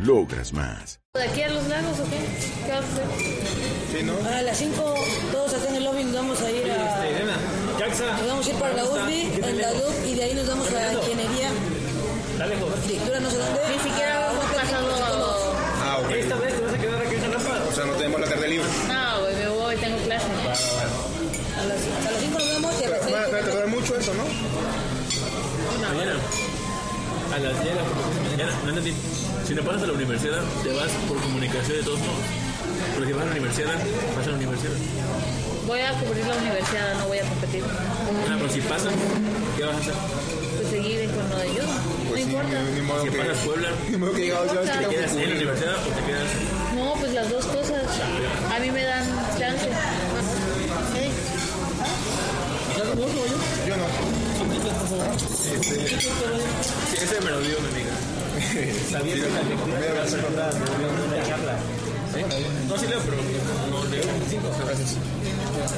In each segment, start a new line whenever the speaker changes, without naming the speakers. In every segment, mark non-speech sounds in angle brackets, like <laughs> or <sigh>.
Logras más.
¿De aquí a los lagos o qué? ¿Qué vas a hacer?
Sí, ¿no?
A las 5, todos acá en el lobby nos vamos a ir
Este,
a...
Elena, Jaxa.
Nos vamos a ir para la UFI,
¿Qué
en
tal?
la DUC, y de ahí nos vamos a ingeniería,
Está lejos.
arquitectura, no sé dónde. Ni siquiera vamos pasando...
Ah, ok.
Esta vez te vas a quedar aquí en Jalapa.
O sea, no tenemos la tarde libre.
No, güey, me voy, tengo clase.
A las 5 nos vamos y a las
Van a
6...
tardar mucho eso, ¿no?
Mañana. A las 10 de la mañana. No entendí. Si no pasas a la universidad, te vas por comunicación de todos modos. Pero si vas a la universidad, vas a la universidad.
Voy a cubrir la universidad, no voy a competir.
Ah, pero si pasas, ¿qué vas a hacer?
Pues seguir con lo de ayuda. No
Pues sí,
importa.
ni, ni modo
Si
que.
pasas Puebla,
Ni modo que llegado ya
importa.
¿te
que tengo que
quedas en la
cubrir.
universidad o te quedas?
No, pues las dos cosas. A mí me dan chance. Sí.
Yo no.
Sí, ese me lo dio mi <laughs> amiga. Sabía que la lectura
Mira, gracias.
una charla. ¿Sí? No, sí leo, pero no leo. Cinco. Gracias.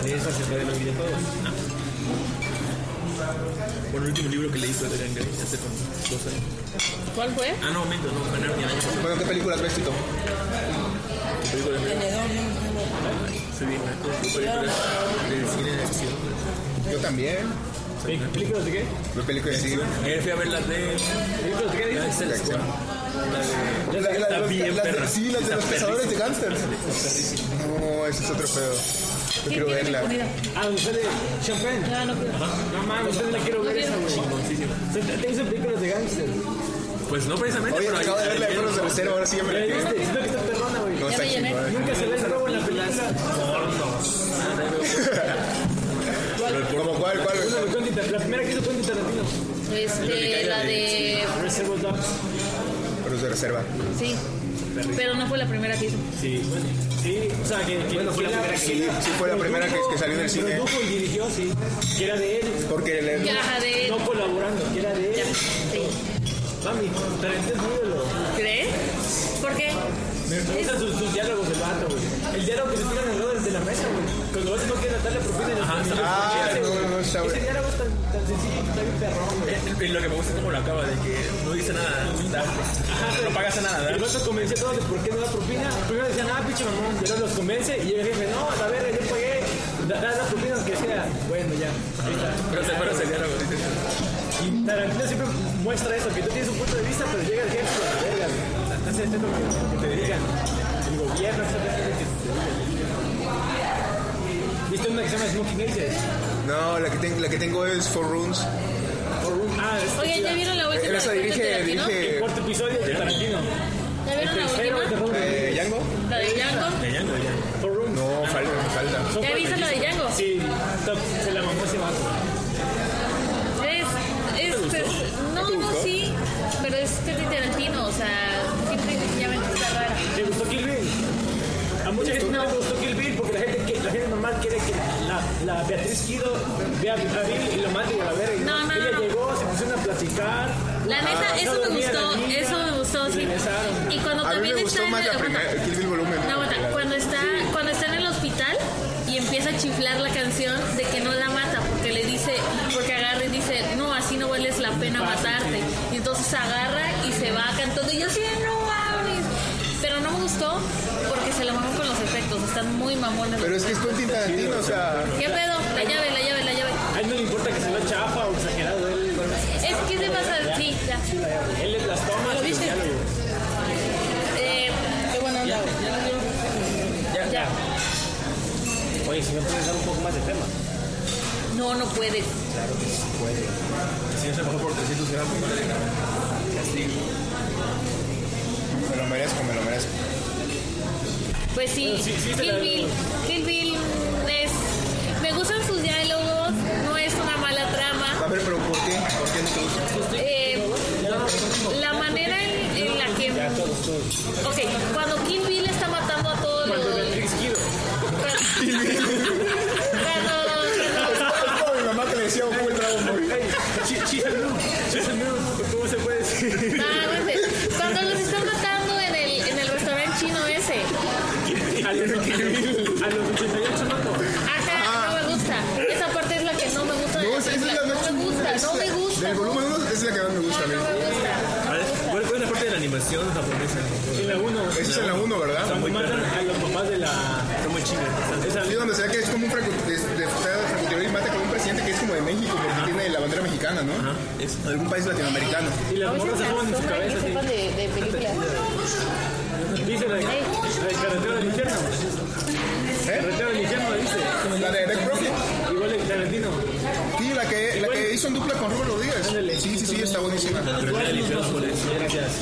De esa se puede los videojuegos. Por el último libro que leí fue de Eren Grey hace como dos años.
¿Cuál fue?
Ah, no, momento, no, fue en el año pasado.
Bueno, ¿qué películas ves, Tito?
Película de Sí, bien, películas de cine de acción.
Yo también.
¿Películas de qué?
Ve películas de cine.
Eh, fui a ver la de.
¿Películas de qué
La de
dices?
Cells,
acción.
La de.
La- la-
Está
los-
bien
las de-
perra.
sí, las de
Está
los
perrísima.
cazadores de gángsters. No, ese es otro pedo. Yo quiero verla.
Ah, donde sale Champagne.
No, no creo.
No mames, usted la quiero ver esa, güey.
Chingoncísimo.
¿Te dicen películas de gángster?
Pues no precisamente,
Oye,
pero
acabo de
ahí-
ver la de
ahí-
Perros de Lucero, ahora sí ya me
¿La
la quiero.
viste? Siento que está perrona, güey.
No,
Ya
está
me llené.
chingón.
Nunca se ve el robo en la película.
¿Cómo cuál, cuál?
Una de Quentin Tar- La primera que hizo Quentin Tarantino.
Este, la de...
Reservoir Dogs.
Perros de reserva.
Sí. Pero no fue la primera que hizo.
Sí, sí, o sea, que, que fue la primera que
sí, sí fue la primera que- que salió del cine.
Produjo y dirigió, sí, que era de él,
Porque
Ya,
le.
ajá, de...
no colaborando, que era de él.
Sí.
Mami, Tarantino es muy ídolo.
¿Crees? ¿Por qué?
Me gustan sus, sus diálogos del vato, güey. El diálogo que se tiran al lado desde la mesa, güey. Cuando vas a no quieres darle propina en el bolsillo,
Ah,
¿qué hace,
no,
güey?
no, está
Ese
bueno.
diálogo es tan, tan sencillo y está bien perrón, güey.
Eh, Y lo que me gusta es cómo lo acaba, de que no dice nada. Ajá, no pagas nada,
El
¿verdad?
vato convenció a todos de por qué no da propina. Primero decían, ah, pinche mamón, pero los convence. Y el jefe, no, a la verga, yo pagué. Da, da la propina aunque sea. Bueno, ya. Ahí está.
Pero se pero se diálogo, dice.
Y Tarantino siempre muestra eso, que tú tienes un punto de vista, pero llega el jefe con la verga. güey. Entonces, esto es lo que, que te dedican. El gobierno, eso es lo que te dedican. ¿Viste una que se llama Smoking Aces?
No, la que, ten- la que tengo es Four Rooms.
Por un- Ah, es
Oigan, ¿ya vieron la última?
Eh, Esa
de
dirige,
Tarantino?
dirige.
el cuarto episodio de Tarantino.
¿Ya vieron la
Tercero de
última?
Robert
eh,
Rodríguez.
¿Django?
La de Django.
Ya, ya, ya.
Por un-
No, falta, falta.
Son
¿Ya
cuatro
viste la de
episodios.
Django?
Sí, top, se la mamó ese vato.
Es, es, es- no, no, sí, pero es que es Tarantino, o sea, siempre ya ven que está rara.
¿Te gustó Kill Bill? A mucha gente no le gustó Kill Bill porque la gente, que- la gente normal quiere que la, la Beatriz Guido vea a Bill y lo mate y a la verga. y
No, no,
Ella
no.
llegó, se pusieron a platicar.
La neta,
Ah,
eso
no
me
dormía la
gustó,
niña.
eso me gustó, sí.
Regresaron.
Y cuando
A mí
también
me
está
gustó
en
más
el,
la
aguanta,
primera, Kill Bill Volumen.
no, aguanta, cuando está, cuando está en el hospital y empieza a chiflar la canción de que no la mata, porque le dice, porque agarra y dice, no, así no vales la pena matarte. Y entonces agarra y se va cantando, y yo sí, no mames. Pero no me gustó porque se la mamó con los efectos, están muy mamones.
Pero es que es Quentin Tarantino, o sea.
¿Qué pedo? La llave, la llave, la llave.
A él no le importa que se vea chafa o exagerado. Él,
Es que se pasa, sí, ya.
él las toma
¿Lo
y los
viste?
diálogos.
Eh, qué buena onda.
Ya,
Ya.
Oye, si no puedes dar un poco más de
<laughs>
tema.
No, no puede.
Si no se bajó por 300 gramos,
Me lo merezco, me lo merezco.
Pues sí,
Bueno, sí, sí te
Kill
la
Bill. Kill Bill es. Me gustan sus diálogos, no es una mala trama.
A ver, pero ¿por qué? ¿Por qué no te gusta?
Eh, la manera en, en la que. Ok, cuando Kill
a los, a los 88 mato.
Ajá, no me gusta. Esa parte es la que no me gusta. de
No,
la
esa esa es
película.
la más
no me
chingona,
gusta,
esa-
no me gusta.
Del volumen 1 es la que más me gusta a mí.
No me gusta.
A ver, ¿Cuál cuál es la parte de la animación japonesa?
En la 1.
Esa es en la 1, ¿verdad?
Cuando matan a los papás de la.
Está muy chinga.
Esa,
Sí, donde se ve que es como un francotirador de, de- de francotirador y mata con un presidente que es como de México, porque tiene la bandera mexicana, ¿no?
Ajá, es-
De algún país latinoamericano.
y las morras se ponen en su cabeza. así.
sepan de, de películas.
Dice la de, la de Carretera del Infierno. Carretera del Infierno, dice.
La de Eric Propio.
Igual el Tarantino.
Sí, la que, la que hizo en dupla con Robert Rodríguez. Sí, sí, sí, está buenísima.
Pero el infierno por eso.
Gracias.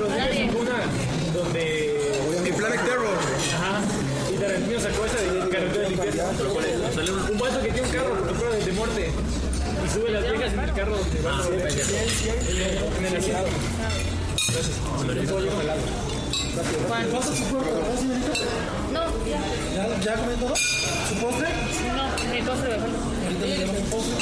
una donde.
Y Planet Terror.
Ajá. Y Tarantino sacó esa de Carretera del Infierno.
¿Cuál es? Sale un-
Un vato que tiene un carro por prueba de muerte. Y sube las viejas en el carro donde va. En el asiento.
No, ya.
¿Ya comió todo? ¿Su postre?
No, mi postre me falta.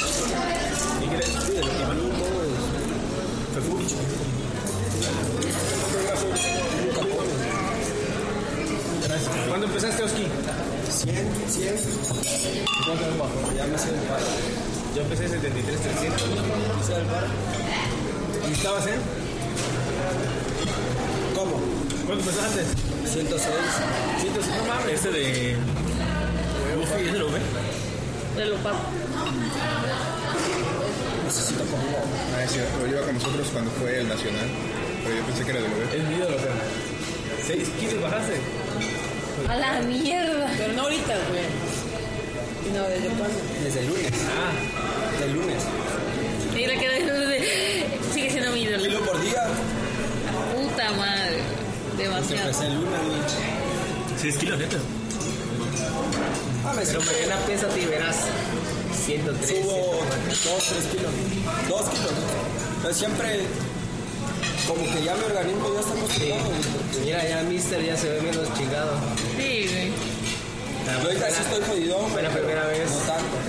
¿Cuándo empezaste, Oski? 100, 100. Ya me sé el Yo empecé en 73, 300.
¿Y estabas en? ¿Cómo?
¿Cuándo empezaste?
106.
No mames.
Este de. Buffy, ¿ese lo ve?
De lo pago.
Necesito comida.
Ah, es cierto, iba con nosotros cuando fue el Nacional. Pero yo pensé que era de bebé.
Es mi ídolo, o sea. 6 kilos bajaste.
A la mierda.
Pero no ahorita, güey. No, desde cuándo.
Desde el lunes. Ah. Del lunes.
Mira que de. Sigue siendo mi ídolo.
Kilo por día.
Puta madre. Demasiado.
Empecé el lunes, güey.
6 kilos, neta.
Mames,
Pero mañana pésate y verás. 103.
Subo dos, tres kilos. Dos kilos. Pero siempre, como que ya mi organismo ya está acostumbrado. güey.
Mira, ya Mister ya se ve menos chingado.
Sí, güey.
Yo ahorita sí estoy jodido.
Fue la primera vez.
No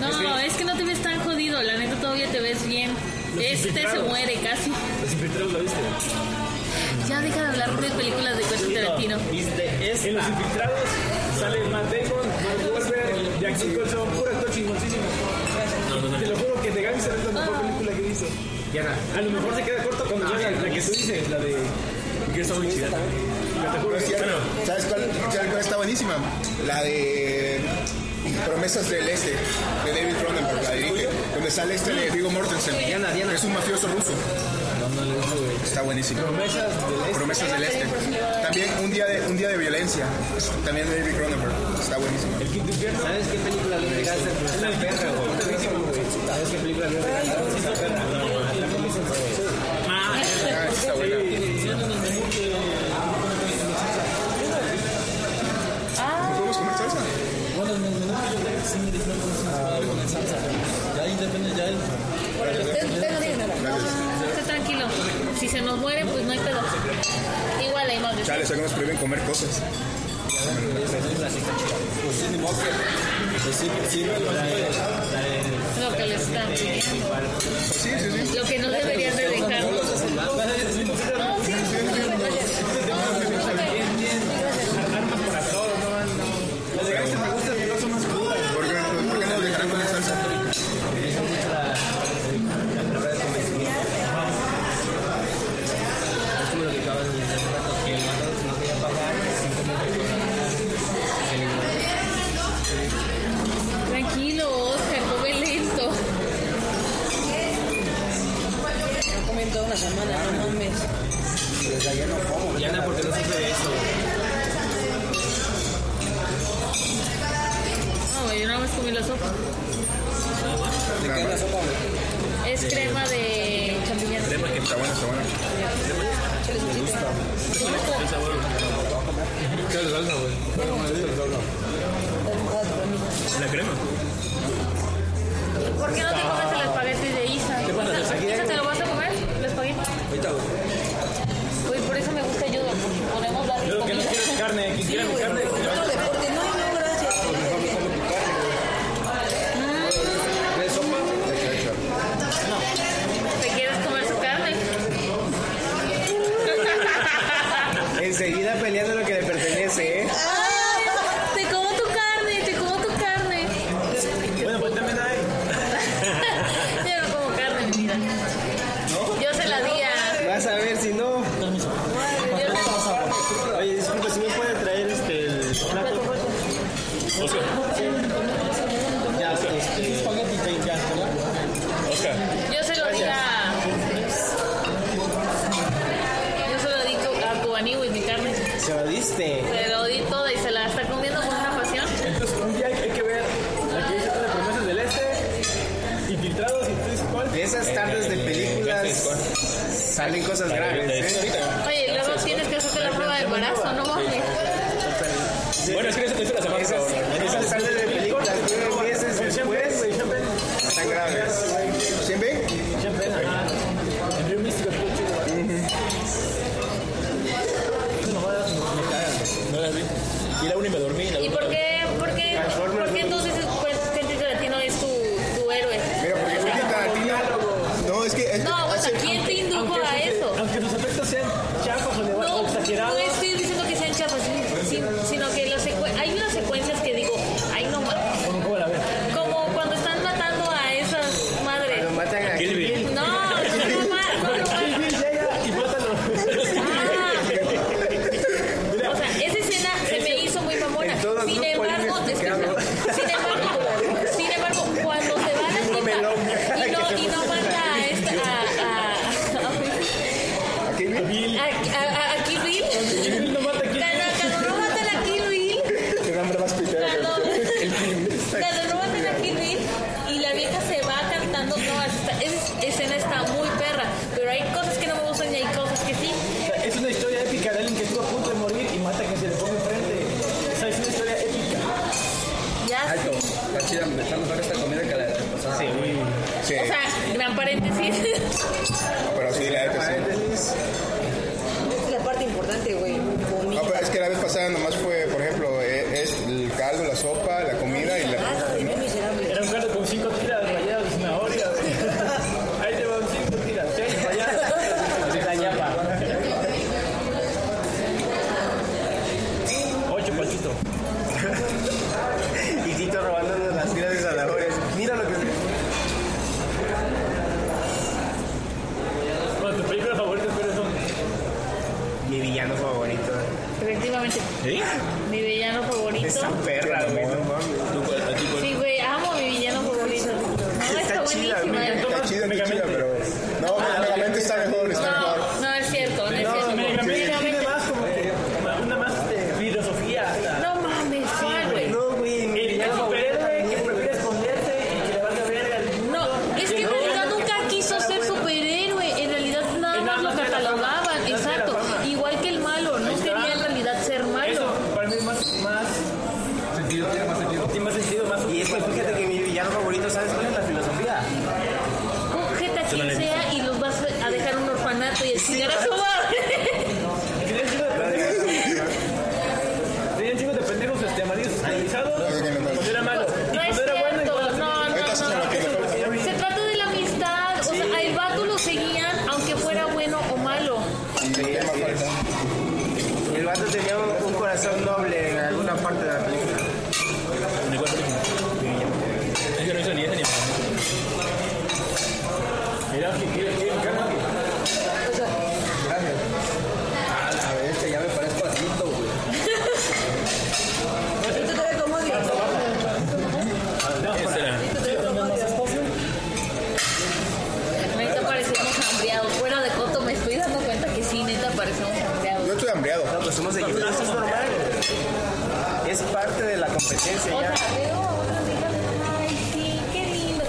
tanto.
No, es que no te ves tan jodido. La neta todavía te ves bien. Este se muere casi.
Los infiltrados lo viste.
Ya deja de hablar de películas de Quentin Tarantino.
¿Viste
En los
esta?
infiltrados sale Matt Damon, Mark Wahlberg, Jackson Colson, puro actor chingoncísimo. Te lo juro que The Gangster es la mejor película que hizo.
Diana,
A lo mejor se queda corto cuando llega la, la que tú dices, la de...
Ah, Que está muy chingada.
Pero es cierto. ¿Sabes cuál, ¿Sabes cuál está buenísima? La de Promesas del Este, de David Cronenberg, la dirige. Donde sale este de Vigo Mortensen.
Diana, Diana.
Es un mafioso ruso. Está buenísimo.
Promesas del Este.
Promesas del Este. También un día de, un día de violencia. También de David Cronenberg. Está buenísimo.
El Quinto Infierno.
¿sabes qué película le pegaste? Está perra, güey. ¿Sabes qué película le pegaste?
Ah, esa está buena. ¿Podemos comer salsa?
Bueno, en el menú yo creo que sí me dijeron con salsa. Con salsa. Ya ahí depende, ya él.
pues,
Usted no diga nada.
Esté tranquilo. Si se nos muere, pues no hay pedo. Igual hay más de
Chale, sé que nos prohíben comer cosas.
Pues sí, ni modo que. Pues sí, sí, me lo
lo que le están pidiendo.
Sí, sí, sí.
Lo que no deberías de dejar. No, sí,
¿Por qué, por qué nos dejarán comer salsa?
Es como lo que acabas de decir hace rato, que el matador no quería pagar, simplemente por la- el ignorante.
Tranquilo, Oscar, come lento.
No comen toda una semana, no mames.
Diana, ¿por qué no sufre de eso?
No, güey, yo nada más comí la sopa.
¿Qué es la sopa, güey?
Es crema de champiñones.
Está buena, está buena.
La crema.
¿Por qué no te comes el espagueti de Isa? ¿Isa te lo vas a comer? ¿El espagueti?
Ahorita, güey.
Uy, por eso me gusta ayuda, porque podemos darle
Yo lo que no
comida.
quiero es carne. Que quieran
Güey,
carne.
otro deporte. No, no, gracias.
Pues
¿Qué sopa?
¿Te quieres comer su carne?
Enseguida peleando lo que le pertenece, ¿eh?
¡Ah!
<laughs>
este, este,
diste.
Se lo di toda y se la está comiendo con una pasión.
Entonces, un día hay, hay que ver aquí dice de promesas del este, infiltrados y tú dices cuál.
De esas tardes de películas salen cosas graves, ¿eh?
Oye, luego tienes que hacerte la prueba de embarazo, no mames.
Bueno, es que eso lo hizo la semana
Esas,
pasada.
¿eh? esas tardes de películas nueve meses
Con champagne,
después
güey, champagne.
están graves.
¿Quién ve?
Champagne, ajá. El Río Místico estuvo chido, güey. Esas mamadas me- me cagan, güey.
No las vi. Y la una y me dormí. y La
¿Y
otra-
por qué, por qué, por qué entonces pues, Quentin Tarantino es tu, tu héroe?
Mira, porque Quentin Tarantino. No, es que. es-
No, o sea,
hace-
¿quién te indujo
Aunque
a
sus-
eso?
Aunque sus efectos sean chafos o de-
No,
o exagerados.
no estoy diciendo que sean chafas, sin- sino que las secue- hay unas secuencias que digo, ay no mames.
¿Cómo- cómo la ves?
Como cuando están matando a esas madres.
Lo matan a
Kill Bill.
No, no, no, no, no,
Kill
no. Ah.
Bill llega y mátalo.
O sea, esa escena se me hizo muy mamona.
En todos
Sin
los pueblos
embargo,
mexicanos.
escucha, sin embargo, sin embargo, cuando se va la tipa
melón.
y no, y no mata a esta a, a, a, a, a Kill Bill,
Kill Bill no mata a Kill Bill.
cuando, cuando no matan a Kill Bill,
Qué nombre más pitero que-
cuando, cuando no matan a Kill Bill y la vieja se va cantando, no, esa, esa escena está muy perra, pero hay cosas que no me gustan y hay cosas que sí.
O sea, Es una historia épica de alguien que estuvo a punto de morir y mata a quien se le pone enfrente. O sea, es una historia épica.
Ya sé.
Alto. Está chida, está mejor esta comida que la de la pasada.
Sí,
O sea, gran paréntesis. <laughs>
pero sí, la neta sí.
Paréntesis.
Es la parte importante, güey.
No,
Bonita.
pero es que la vez pasada nomás fue, por ejemplo, eh, es el caldo, la sopa, la comida y la.
Ah, sí, muy miserable.
Era un gato con cinco tiras rayadas de zanahoria. güey. Ahí te van cinco tiras, seis rayadas. Así la ñapa. Ocho pachito.
Y Tito robándonos las tiras de zanahorias. Mira lo que
Bueno, tu película favorita pero son.
Mi villano favorito.
Efectivamente.
¿Sí?
Mi villano favorito.
Esa perra, güey. No mames.
¿Tú cuál? ¿A ti cuál?
Sí, güey, amo a mi villano favorito. No, está
Está chida,
buenísima.
me
Está chida, está chida, pero. No, realmente está mejor, está mejor.
No, no es cierto, no es cierto.
Megamente tiene más como que eh, una más de filosofía. hasta.
No mames, ¿cuál, güey?
No, güey. Mi
El
villano favorito.
superhéroe que prefiere esconderte y que le valga verga al mundo.
No, es que en realidad nunca quiso ser superhéroe. En realidad nada
Y nada
más lo
más era fama,
catalogaban.
nada más era
Exacto.
fama.
Igual que el malo, no
está.
quería en realidad ser
Eso
malo.
para mí es más. más sentido, tiene más sentido. Tiene más sentido, más.
Y es que fíjate que mi villano favorito, ¿sabes cuál es la filosofía?
Cógete a quien sea y los vas a dejar en un orfanato y a chingar a su <laughs> madre.
Tenía un chico de pendejos. Tenía un chico de pendejos este, amarillos esclavizados. Cuando era malo. Y
No es
cuando era bueno,
cierto,
igual.
no, no,
Ahorita sí se lo
no.
quito.
Se trata de la amistad, o sea, al vato lo seguían aunque fuera bueno o malo.
Sí, así es. El vato tenía un, un corazón noble en alguna parte de la película.
¿De cuál película? Es que no hizo ni esa ni esa.
Mira, que quiere, quiere, gana.
Gracias. Ah, a ver, este ya me parezco a Tito, güey.
Esto te ve como odio.
Esa era.
Esto te ve como odio.
Neta parecemos hambriados. Fuera de coto me estoy dando cuenta que sí, neta parecemos
Yo
hambriados.
estoy hambriado.
No, pues somos equipos. Eso es normal. Es parte de la competencia
O
ya.
sea, veo a otras hijas, ay, sí, qué lindo.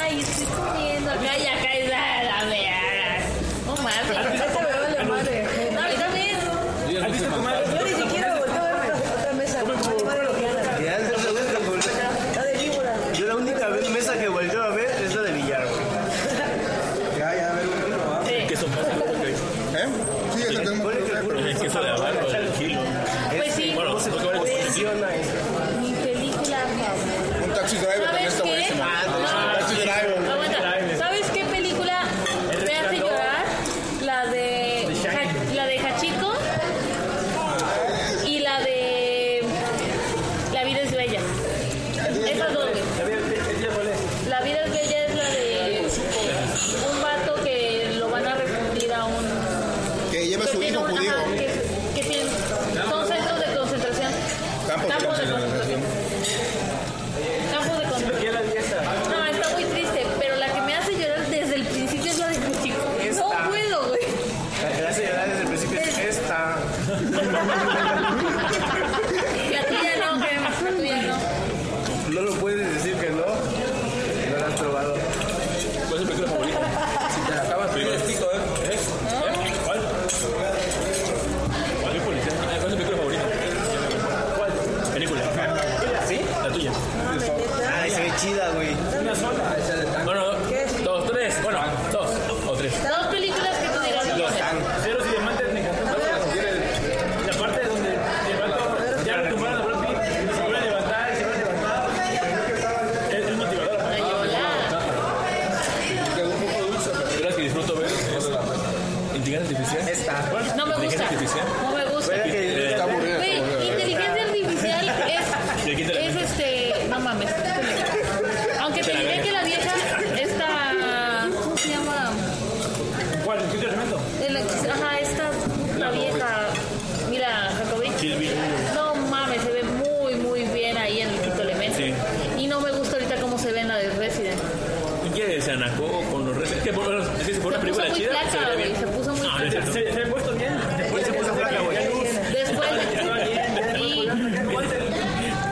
Ay, estoy comiendo acá y acá y da, dame, ah. No mames.
Esta me vale madre.
No, a mí también.
¿Has visto tu madre?
Yo ni siquiera volteo a ver la puta mesa. Mi madre lo que haga.
Ya es lo único que volteo a ver.
Está de víbora.
pues, Yo la única vez mesa que volteo a ver es la de billar, güey. Ya, ya, a ver, bueno,
Que eso pasa con el
¿Eh? Sí, eso tengo que ver, pero.
el queso de abarro, el kilo.
Pues sí,
Bueno,
¿Cómo se
tengo que ver el kilo.
funciona eso?
mi película favorita.
Un taxi driver
¿Sabes
también está
qué?
buenísimo.
No,
Taxi driver.
aguanta. ¿Sabes qué película me hace llorar? La de Ja- la de Hachiko y la de La vida es bella. Esas dos. güey.
A ver, ¿qué- qué diablo es?
La vida es bella es la de un vato que lo van a refundir a un
Que lleva a
que
su
tiene
hijo
un
Pues, judío.
ajá, que, que tiene son centros de concentración.
Campos de
Campos de concentración. Campos de concentración.
pues. Ah,
este,
anacó con los restos. Es que por, es que si fuera
Se puso
una película
muy
chida, se
flaca,
vería
güey.
bien. Ah,
Se puso muy
No, no
flaca.
es cierto.
Se, se ve puesto bien. Después se puso flaca, güey.
Después.
<laughs>
Sí.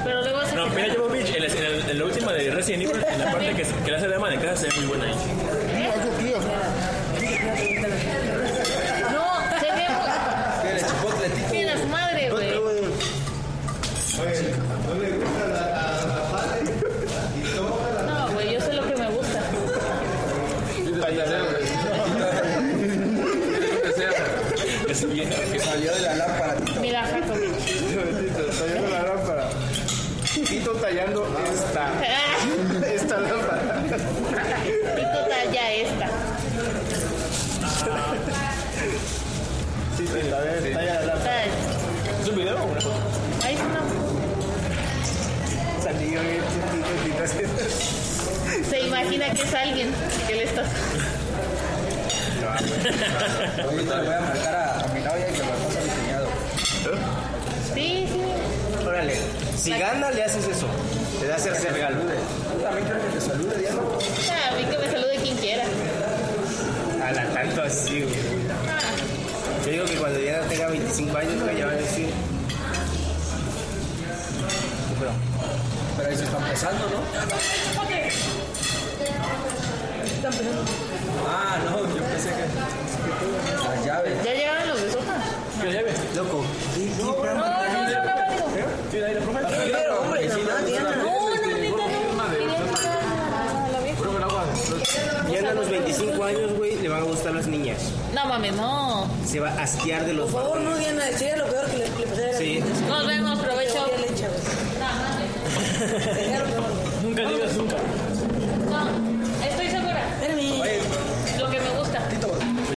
Pero luego se
No, mira, Jovovich, en la, en la- en la última de Resident Evil, en la parte que, se- que la hace de ama de casa, se ve muy buena eh. ahí.
No, se ve muy-
Tiene chipotle, tipo.
que las madre, güey. No, güey, yo sé lo que me gusta.
<laughs>
Que se viene, que se-
Salió de la lámpara.
Mira, Jaco.
Tallando la lámpara. Tito tallando esta,
Ah,
esta lámpara.
Tito talla tota, esta.
Sí, sí, a ver, talla la
O
lámpara.
sea,
¿Es un video o una foto?
ahí es una-
Salió bien, Tito, Tito.
Se imagina que es alguien que le estás.
Ahorita le voy a marcar a, a mi novia y que me pasa a mi cuñado.
Sí, sí.
Órale, si gana, le haces eso. Le das ese regalo.
Yo también creo que te salude, Diana.
Ah, A mí que me salude quien quiera.
A la tanto así, güey.
Ah,
Yo digo que cuando Diana tenga 25 años, güey, ya va a decir.
Pero ahí se está empezando, ¿no? Ah, no, yo pensé que. Las llaves.
ya llegaron los de sopa.
Que la lleve.
Loco.
No, no, no, no, no, digo.
Pero, hombre, si no,
No, no, neta, no. Quería entrar a la vieja.
Diana a los 25 años, güey, le van a gustar las niñas.
No mames, no.
Se va a hastiar de los
Por favor,
varones.
no, Diana, sería lo peor que le, le pasara a la
Sí.
gente.
Nos vemos, provecho.
Sería leche, güey. Sería lo peor, güey.
Nunca digas nunca.
No, estoy segura.
Espérame.